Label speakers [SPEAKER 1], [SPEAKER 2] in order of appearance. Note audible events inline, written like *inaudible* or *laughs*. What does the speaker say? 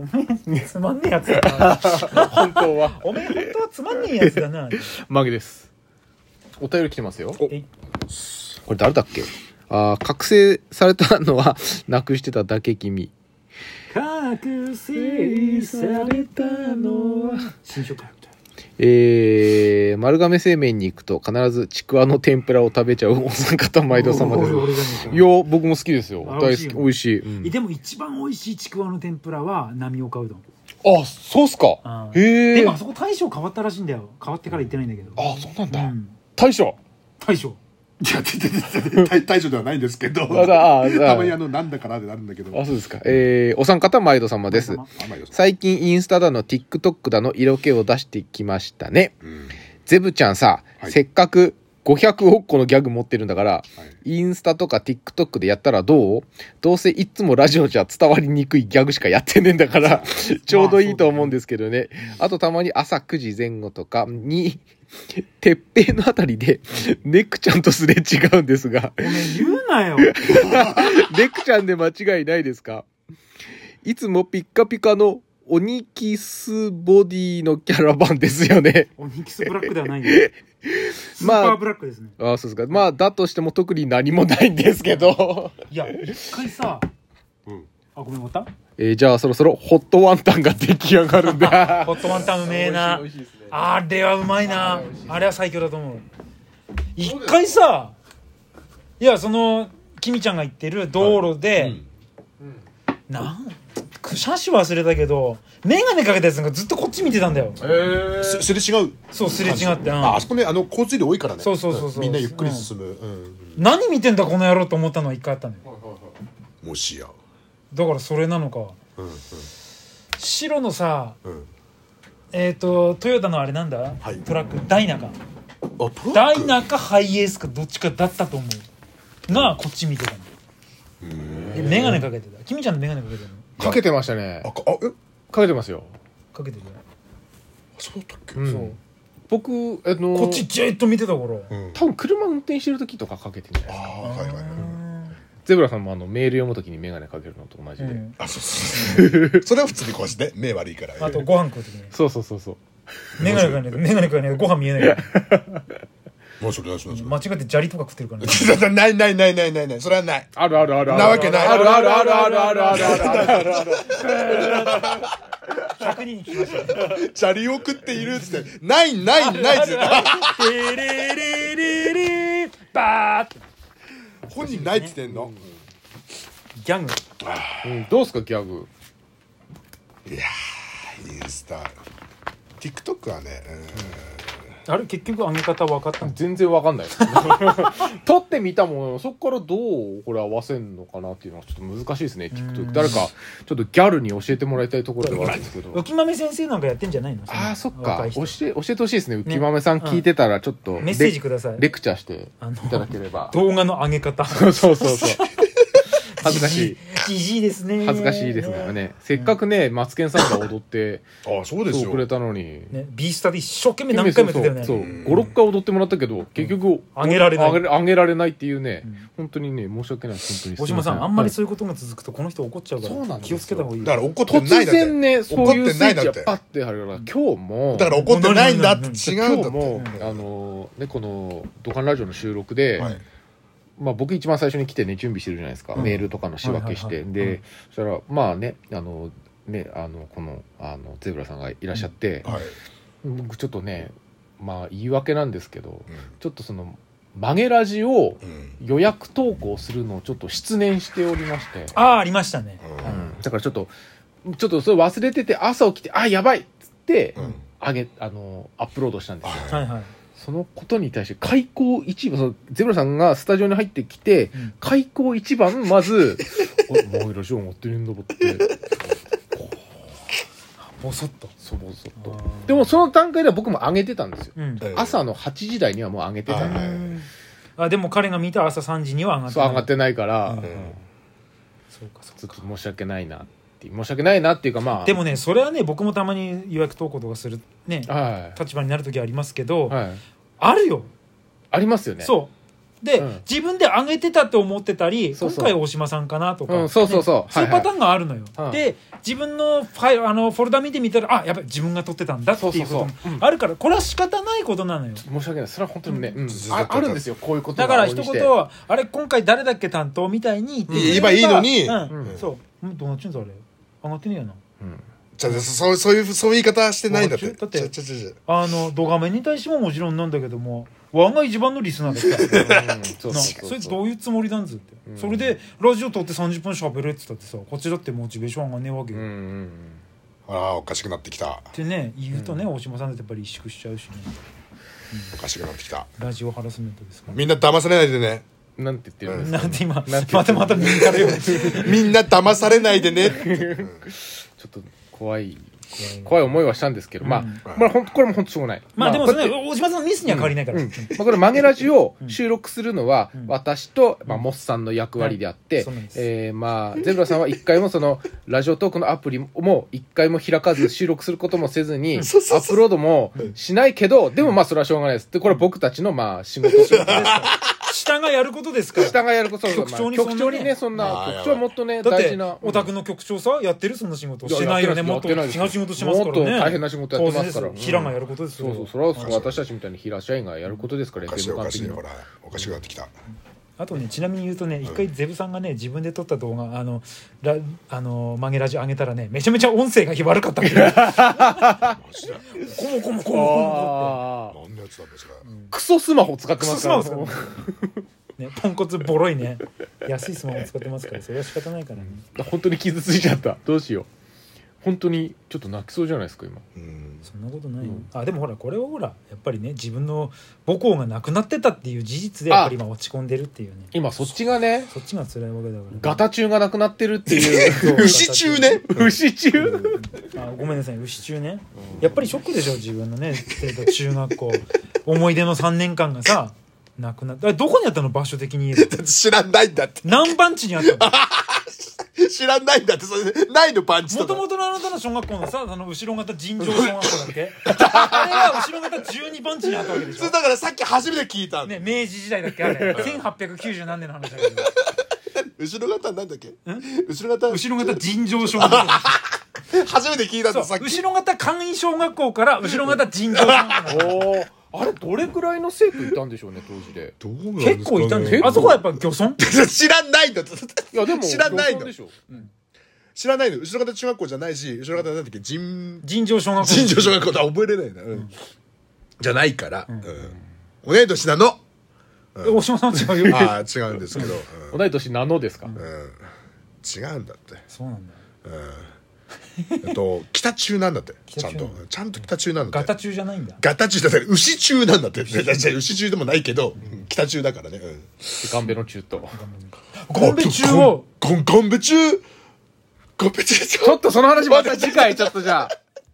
[SPEAKER 1] おめえつまんねえやつだな
[SPEAKER 2] 本当は
[SPEAKER 1] おめえ本当はつまんねえやつだな
[SPEAKER 2] マギですお便り来てますよこ
[SPEAKER 1] えい
[SPEAKER 2] れ誰だっけあー覚醒されたのは *laughs* なくしてただけ君
[SPEAKER 1] 覚醒されたのは新書会みたい
[SPEAKER 2] えー、丸亀製麺に行くと必ずちくわの天ぷらを食べちゃうお三方 *laughs* 毎度様 *laughs* です
[SPEAKER 1] 俺俺じゃねえか
[SPEAKER 2] いや僕も好きですよ
[SPEAKER 1] あ
[SPEAKER 2] 大好き
[SPEAKER 1] 美
[SPEAKER 2] 美
[SPEAKER 1] 味
[SPEAKER 2] 味しい、うん
[SPEAKER 1] えでも一番美味しいちくわの天ぷらは波岡うどん
[SPEAKER 2] あそうっすか
[SPEAKER 1] あー
[SPEAKER 2] へ
[SPEAKER 1] で
[SPEAKER 2] え
[SPEAKER 1] もあ
[SPEAKER 2] あ
[SPEAKER 1] そこ大将変わったらしいんだよ変わってから行ってないんだけど
[SPEAKER 2] そうなん
[SPEAKER 1] う
[SPEAKER 2] だ、
[SPEAKER 1] ん
[SPEAKER 2] 大将
[SPEAKER 1] 大将
[SPEAKER 3] いや、出て出て大大将ではないんですけど、
[SPEAKER 2] あだあだ
[SPEAKER 3] たまにあの、なんだからでなるんだけど、
[SPEAKER 2] あそうですかえー、お三方毎度様です
[SPEAKER 1] 様
[SPEAKER 3] 甘いよ。
[SPEAKER 2] 最近インスタだの TikTok だの色気を出してきましたね
[SPEAKER 3] うん
[SPEAKER 2] ゼブちゃんさ、
[SPEAKER 3] はい
[SPEAKER 2] せっかく500億個のギャグ持ってるんだから、インスタとか TikTok でやったらどうどうせいつもラジオじゃ伝わりにくいギャグしかやってねえんだから *laughs* ちょうどいいと思うんですけどね。あとたまに朝9時前後とかに、てっぺんのあたりで、ネックちゃんとすれ違うんです *laughs* が、
[SPEAKER 1] おめえ言うな
[SPEAKER 2] *laughs*
[SPEAKER 1] よ
[SPEAKER 2] ネックちゃんで間違いないですかいつもピッカピカのオニキスボディのキャラバンですよね。
[SPEAKER 1] オニキスブラックではないんだよスー
[SPEAKER 2] まあ
[SPEAKER 1] パーブラックですね
[SPEAKER 2] ああ、そうですか。まあ、だとしても特に何もないんですけど。
[SPEAKER 1] いや一回さ
[SPEAKER 3] うん
[SPEAKER 1] あごめん終わった
[SPEAKER 2] えーじゃあそろそろホットワンタンが出来上がるんだ。
[SPEAKER 1] ホットワンタンうめえな
[SPEAKER 2] 美味しいですね
[SPEAKER 1] あれはうまいなあれは最強だと思う一回さいやそのきみちゃんが言ってる道路で、なん車種忘れたけど眼鏡かけたやつがずっとこっち見てたんだよ
[SPEAKER 3] すすれ違う。
[SPEAKER 1] そうすれ違って、うん
[SPEAKER 3] ああそこね、あの、交通量多いからね。
[SPEAKER 1] そうそうそうそうん
[SPEAKER 3] みんなゆっくり進む。うん
[SPEAKER 1] 何見てんだこの野郎と思ったのは一回あったのよ
[SPEAKER 3] もしや。
[SPEAKER 1] だからそれなのか
[SPEAKER 3] うん
[SPEAKER 1] 白のさ
[SPEAKER 3] うんうん
[SPEAKER 1] えっ、とトヨタのあれなんだ、
[SPEAKER 3] はい
[SPEAKER 1] トラックダイナか
[SPEAKER 3] あ、トラック
[SPEAKER 1] ダイナかハイエースかどっちかだったと思うがこっち見てたのえ眼鏡かけてたきみちゃんの眼鏡かけてたの
[SPEAKER 2] かけてましたね
[SPEAKER 3] あ。。かあ、え、
[SPEAKER 2] かけてますよ。
[SPEAKER 1] かけてたよ
[SPEAKER 3] そうだったっけ
[SPEAKER 2] うん
[SPEAKER 1] そう
[SPEAKER 2] 僕、あの、
[SPEAKER 1] こっちじーっと見てた頃
[SPEAKER 3] うん
[SPEAKER 2] 多分車運転してる時とかかけてんじゃ
[SPEAKER 3] あ
[SPEAKER 2] ない
[SPEAKER 3] あ、はいはいはい。
[SPEAKER 2] ゼブラさんもあのメール読む時にメガネかけるのと同
[SPEAKER 1] う
[SPEAKER 2] じで。
[SPEAKER 1] ん
[SPEAKER 3] あ、そう *laughs* そう。それは普通にこうして、目悪いから。
[SPEAKER 1] あとご飯食う時に
[SPEAKER 2] そうそうそうそう。
[SPEAKER 1] 眼鏡かけないと眼鏡かけないとご飯見えないから
[SPEAKER 3] もうそれなそれなそれ
[SPEAKER 1] 間違って砂利とか食ってるからね
[SPEAKER 3] *laughs* ないないないないないないそれはない
[SPEAKER 2] あるあるあるある。
[SPEAKER 3] なわけない
[SPEAKER 2] あるあるあるあるあるあるあるある。
[SPEAKER 1] 100人来ましたね
[SPEAKER 3] 砂利を食っているっつってないないないっつって
[SPEAKER 1] テレレレレバーって
[SPEAKER 3] *laughs* 本人ないっつってんの
[SPEAKER 1] ギャング
[SPEAKER 2] うんどうすかギャグ。
[SPEAKER 3] インスタ TikTok はね
[SPEAKER 1] あれ結局上げ方分かったの
[SPEAKER 2] 全然わかん *laughs* ない。撮ってみたものの、そこからどうこれ合わせんのかなっていうのはちょっと難しいですね、TikTok。誰か、ちょっとギャルに教えてもらいたいところではあるんですけど。
[SPEAKER 1] 浮豆先生なんかやってんじゃないの
[SPEAKER 2] ああそっか
[SPEAKER 1] 若い
[SPEAKER 2] 教
[SPEAKER 1] 人
[SPEAKER 2] え教えてほしいですね浮豆さん聞いてたらちょっと、
[SPEAKER 1] メッセージください
[SPEAKER 2] レクチャーして
[SPEAKER 1] あの
[SPEAKER 2] いただければ
[SPEAKER 1] 動画の上げ方
[SPEAKER 2] そうそうそう
[SPEAKER 1] *laughs*
[SPEAKER 2] 恥ずかしい
[SPEAKER 1] じじいですね
[SPEAKER 2] 恥ずかしいですからねせっかくねマツケンさんが踊って
[SPEAKER 3] あそうです
[SPEAKER 2] そう
[SPEAKER 3] よ
[SPEAKER 2] くれたのに
[SPEAKER 1] ねビースタで一生懸命何回もやってたよね
[SPEAKER 2] そう56回踊ってもらったけど結局
[SPEAKER 1] 上げられない
[SPEAKER 2] 上げ上げられないっていうね本当にね申し訳ない本当に
[SPEAKER 1] 大島さんあんまり
[SPEAKER 2] そ
[SPEAKER 1] そういうことが続くとこの人怒っちゃうか
[SPEAKER 2] そうなん
[SPEAKER 1] ら
[SPEAKER 2] ですよ
[SPEAKER 1] 気をつけた方がいい
[SPEAKER 3] だから怒って
[SPEAKER 2] 突
[SPEAKER 3] ないだって
[SPEAKER 2] 然ねそういう
[SPEAKER 3] 怒って
[SPEAKER 2] スイ
[SPEAKER 3] ない
[SPEAKER 2] ッ
[SPEAKER 3] だ
[SPEAKER 2] チ
[SPEAKER 3] っ
[SPEAKER 2] が
[SPEAKER 3] て
[SPEAKER 2] パッてあるから今日も
[SPEAKER 3] だから怒ってないんだって違
[SPEAKER 2] 今
[SPEAKER 3] うんだ
[SPEAKER 2] 日
[SPEAKER 3] っ
[SPEAKER 2] も
[SPEAKER 3] て
[SPEAKER 2] あのねこの「ドカンラジオ」の収録で、
[SPEAKER 3] はい
[SPEAKER 2] まあ、僕一番最初に来てね準備してるじゃないですか、
[SPEAKER 1] うん
[SPEAKER 2] メールとかの仕分けして、
[SPEAKER 1] はいはいはい
[SPEAKER 2] で、
[SPEAKER 1] うん
[SPEAKER 2] そしたらまあねあのねあのこのあのゼブラさんがいらっしゃって、
[SPEAKER 3] はい
[SPEAKER 2] 僕ちょっとねまあ言い訳なんですけど
[SPEAKER 3] う
[SPEAKER 2] ちょっとその曲げラジを
[SPEAKER 3] んうん
[SPEAKER 2] 予約投稿するのをちょっと失念しておりまして、
[SPEAKER 1] ああありましたね
[SPEAKER 3] うん
[SPEAKER 2] うんだからちょっとちょっとそれ忘れてて朝起きてあやばいっつって、
[SPEAKER 3] うん
[SPEAKER 2] 上げあのアップロードしたんですよ
[SPEAKER 3] は
[SPEAKER 1] はいいはい
[SPEAKER 2] そのことに対して開口一番そのゼブラさんがスタジオに入ってきて、
[SPEAKER 1] うん
[SPEAKER 2] 開口一番まず *laughs* 「あれマイラジオ持ってるんだぼ」って
[SPEAKER 1] ボソッと
[SPEAKER 2] そぼそっ
[SPEAKER 1] あ
[SPEAKER 2] と
[SPEAKER 1] ー
[SPEAKER 2] でもその段階では僕も上げてたんですよ
[SPEAKER 1] うん
[SPEAKER 3] はい
[SPEAKER 2] 朝の8時台にはもう上げてたん
[SPEAKER 3] は
[SPEAKER 2] で
[SPEAKER 3] い
[SPEAKER 1] あでも彼が見た朝3時には上がって
[SPEAKER 2] そう
[SPEAKER 1] ない
[SPEAKER 2] 上がってないから、
[SPEAKER 1] うん
[SPEAKER 2] うん
[SPEAKER 1] そうかそう
[SPEAKER 2] ちょっと申し訳ないなって申し訳ないなっていうかまあ
[SPEAKER 1] でもねそれはね僕もたまに予約投稿とかするね
[SPEAKER 2] は
[SPEAKER 1] 立場になる時ありますけど
[SPEAKER 2] い、はい、
[SPEAKER 1] あるよ
[SPEAKER 2] ありますよね
[SPEAKER 1] そうで、
[SPEAKER 2] うん
[SPEAKER 1] 自分で上げてたって思ってたり
[SPEAKER 2] そうそう
[SPEAKER 1] 今回大島さんかなとか、
[SPEAKER 2] うんそうそうそう
[SPEAKER 1] ねそういう
[SPEAKER 2] はいはい
[SPEAKER 1] パターンがあるのよ、
[SPEAKER 2] うん
[SPEAKER 1] で自分のファイルあのフォルダ見てみたらあやっぱり自分が撮ってたんだっていうことも
[SPEAKER 2] そうそうそううん
[SPEAKER 1] あるからこれは仕方ないことなのよ
[SPEAKER 2] 申し訳ないそれは本当にね、うん
[SPEAKER 3] ずっと
[SPEAKER 2] ああるんですよこういうこと
[SPEAKER 1] だ
[SPEAKER 2] が
[SPEAKER 1] から
[SPEAKER 2] 往
[SPEAKER 1] 一
[SPEAKER 2] 々に
[SPEAKER 1] 言
[SPEAKER 2] して
[SPEAKER 1] 「あれ今回誰だっけ担当?」みたいに言ってくれれば
[SPEAKER 3] 言えばいいの
[SPEAKER 1] う
[SPEAKER 3] に
[SPEAKER 1] ん
[SPEAKER 2] うん
[SPEAKER 1] そううんどうなっちゃうんだあれ上がってねえよな
[SPEAKER 3] じゃあそうそういうそういう言い方してないんだって
[SPEAKER 1] もうちょだって
[SPEAKER 3] ちょちょちょちょ
[SPEAKER 1] あの動画面に対してももちろんなんだけども我が一番のリスナーだった
[SPEAKER 2] うんそう
[SPEAKER 1] な
[SPEAKER 2] そう
[SPEAKER 1] そ
[SPEAKER 2] そ
[SPEAKER 1] れ
[SPEAKER 2] う
[SPEAKER 1] どういうつもりなんずって、
[SPEAKER 2] うん
[SPEAKER 1] それでラジオ撮って30分喋れって言ったってさこっちだってモチベーション上がんねえわけ
[SPEAKER 2] う
[SPEAKER 1] よ、
[SPEAKER 2] んう
[SPEAKER 1] っ
[SPEAKER 2] ん
[SPEAKER 3] あらおかしくなってきた
[SPEAKER 1] てね言うとね、大島さんだってやっぱり萎縮しちゃうしね
[SPEAKER 3] おかしくなってきた
[SPEAKER 1] ラジオハラスメントですから、
[SPEAKER 3] みんな騙されないでね
[SPEAKER 2] うんなんて言ってるんですか
[SPEAKER 1] なんて今
[SPEAKER 2] *laughs* なんて
[SPEAKER 1] またまた見つかる
[SPEAKER 2] *laughs*
[SPEAKER 1] よ
[SPEAKER 3] みんな騙されないでね
[SPEAKER 2] ちょっと怖い怖い思いはしたんですけど、まあ、
[SPEAKER 3] うん
[SPEAKER 2] まあ、ほんこれも本当しょうがない。
[SPEAKER 1] まあでも
[SPEAKER 2] こ
[SPEAKER 1] そ
[SPEAKER 2] れ
[SPEAKER 1] れ大島さんのミスには変わりないから、
[SPEAKER 2] うんまあ、これ、マゲラジを収録するのは
[SPEAKER 1] ん、
[SPEAKER 2] 私と、まあ、モスさんの役割であって、
[SPEAKER 1] はいそうなんです
[SPEAKER 2] えーまあ、ゼブラさんは一回も、その、ラジオトークのアプリも一回も開かず、収録することもせずに、ア
[SPEAKER 3] そうそう
[SPEAKER 2] ップロードもしないけど、でも、まあ、それはしょうがないです。で、これは僕たちの、まあ、仕事ですから。
[SPEAKER 1] 下がやることですから
[SPEAKER 2] 下がやること、そうそう
[SPEAKER 1] 局長
[SPEAKER 2] まあ
[SPEAKER 1] に
[SPEAKER 2] 局長
[SPEAKER 1] そんなね
[SPEAKER 2] にね、そん
[SPEAKER 3] まあ
[SPEAKER 2] な、
[SPEAKER 3] やばい
[SPEAKER 2] 局長はもっとね、
[SPEAKER 1] だっ
[SPEAKER 2] 大
[SPEAKER 1] て
[SPEAKER 2] 事な。
[SPEAKER 1] お宅の局長さやってるそんな仕事
[SPEAKER 2] いや
[SPEAKER 1] しないよね
[SPEAKER 2] や
[SPEAKER 1] も
[SPEAKER 2] っ
[SPEAKER 1] ってと
[SPEAKER 2] な
[SPEAKER 1] 違
[SPEAKER 2] いですよ
[SPEAKER 1] う仕事しますから
[SPEAKER 2] もっ
[SPEAKER 1] ね
[SPEAKER 2] と大変な仕事やってますから
[SPEAKER 1] 当然です平がやることですよ
[SPEAKER 2] そうそう、それはそう私たちみたいに平社員がやることですから、
[SPEAKER 3] おかしい
[SPEAKER 2] FM
[SPEAKER 3] おか
[SPEAKER 2] 完
[SPEAKER 3] しい
[SPEAKER 2] 璧
[SPEAKER 3] ほ
[SPEAKER 2] の。
[SPEAKER 3] らおかしくなってきた
[SPEAKER 1] あとねちなみに言うとね一回ゼブさんがね自分で撮った動画あのラあの曲げラジ上げたらねめちゃめちゃ音声が悪かったっていう
[SPEAKER 3] *laughs* マジで
[SPEAKER 1] こもこもこもこもこ
[SPEAKER 2] あー
[SPEAKER 3] 何のやつだってそれ
[SPEAKER 2] クソスマホ使って
[SPEAKER 1] も
[SPEAKER 2] ま
[SPEAKER 1] って
[SPEAKER 2] す
[SPEAKER 1] ス
[SPEAKER 2] から
[SPEAKER 1] マホ使ってねポンコツボロいね安いスマホ使ってますからそれは仕方ないからね
[SPEAKER 2] 本当に傷ついちゃったどうしよう本当にちょっと泣きそうじゃないですか今
[SPEAKER 3] うん
[SPEAKER 1] そんなことないよあでもほらこれはほらやっぱりね自分の母校がなくなってたっていう事実でやっぱり今落ち込んでるっていうね
[SPEAKER 2] 今そっちがね
[SPEAKER 1] そっちが辛いわけだから
[SPEAKER 2] ガタ中がなくなってるっていう *laughs*
[SPEAKER 3] 牛中 *laughs* ね
[SPEAKER 2] 牛中
[SPEAKER 1] あごめんなさい牛中ねやっぱりショックでしょ自分のね生徒中学校思い出の3年間がさなくなったあれどこにあったの場所的に言えば
[SPEAKER 3] 知らないんだって
[SPEAKER 1] 何番地にあったの
[SPEAKER 3] 知らないんだってそれないのパンチ
[SPEAKER 1] も
[SPEAKER 3] と
[SPEAKER 1] と
[SPEAKER 3] か
[SPEAKER 1] もとのあなたの小学校のさあの後ろ型尋常小学校だっけあれは後ろ型12番地にあったわけでし
[SPEAKER 3] それ
[SPEAKER 1] ょ
[SPEAKER 3] だからさっき初めて聞いたん
[SPEAKER 1] ね、明治時代だっけあ *laughs* れ1890何年の話だけど
[SPEAKER 3] 後ろ型なんだっけ後ろ型
[SPEAKER 1] 後ろ型尋常小学校
[SPEAKER 3] 初めて聞いたん
[SPEAKER 1] そ
[SPEAKER 3] だ
[SPEAKER 1] う
[SPEAKER 3] さっき
[SPEAKER 1] 後ろ型簡易小学校から後ろ型尋常小学校
[SPEAKER 2] おーあれどれくらいの生徒いたんでしょうね当時で
[SPEAKER 1] 結構いたん
[SPEAKER 3] で
[SPEAKER 1] ですす
[SPEAKER 3] かね
[SPEAKER 1] よあそこはやっぱ漁村
[SPEAKER 3] *laughs* 知らないんだって
[SPEAKER 2] いやでも
[SPEAKER 3] 知らな
[SPEAKER 2] ど
[SPEAKER 3] い
[SPEAKER 2] う
[SPEAKER 3] の
[SPEAKER 2] んでしょう
[SPEAKER 3] *laughs* 知らないの後ろ型中学校じゃないし後ろ型なんだっけ *laughs* 人
[SPEAKER 1] 尋常小学校
[SPEAKER 3] 新庄小学校だ覚えれないな、うん、じゃないから、うんお姉年なの
[SPEAKER 1] え大島さんは違うよ
[SPEAKER 3] ああ違うんですけど、
[SPEAKER 2] 同い年なのですか、
[SPEAKER 3] うんうん違うんだって
[SPEAKER 1] そうなんだよ
[SPEAKER 3] えっと北中なんだってち
[SPEAKER 1] 北
[SPEAKER 3] ゃん
[SPEAKER 1] 中な
[SPEAKER 3] と
[SPEAKER 1] の
[SPEAKER 3] ちゃんと北中なんだ
[SPEAKER 1] ガ
[SPEAKER 3] って
[SPEAKER 1] タ中じゃないんだ
[SPEAKER 3] ガタ中だから牛中なんだって確かに牛中でもないけど、北中だからね、うん、
[SPEAKER 2] ガンベの中と
[SPEAKER 1] ゴンベ中を
[SPEAKER 3] ゴンゴンベ中ゴンベ中
[SPEAKER 2] ちょっとその話また次回ちょっとじゃあ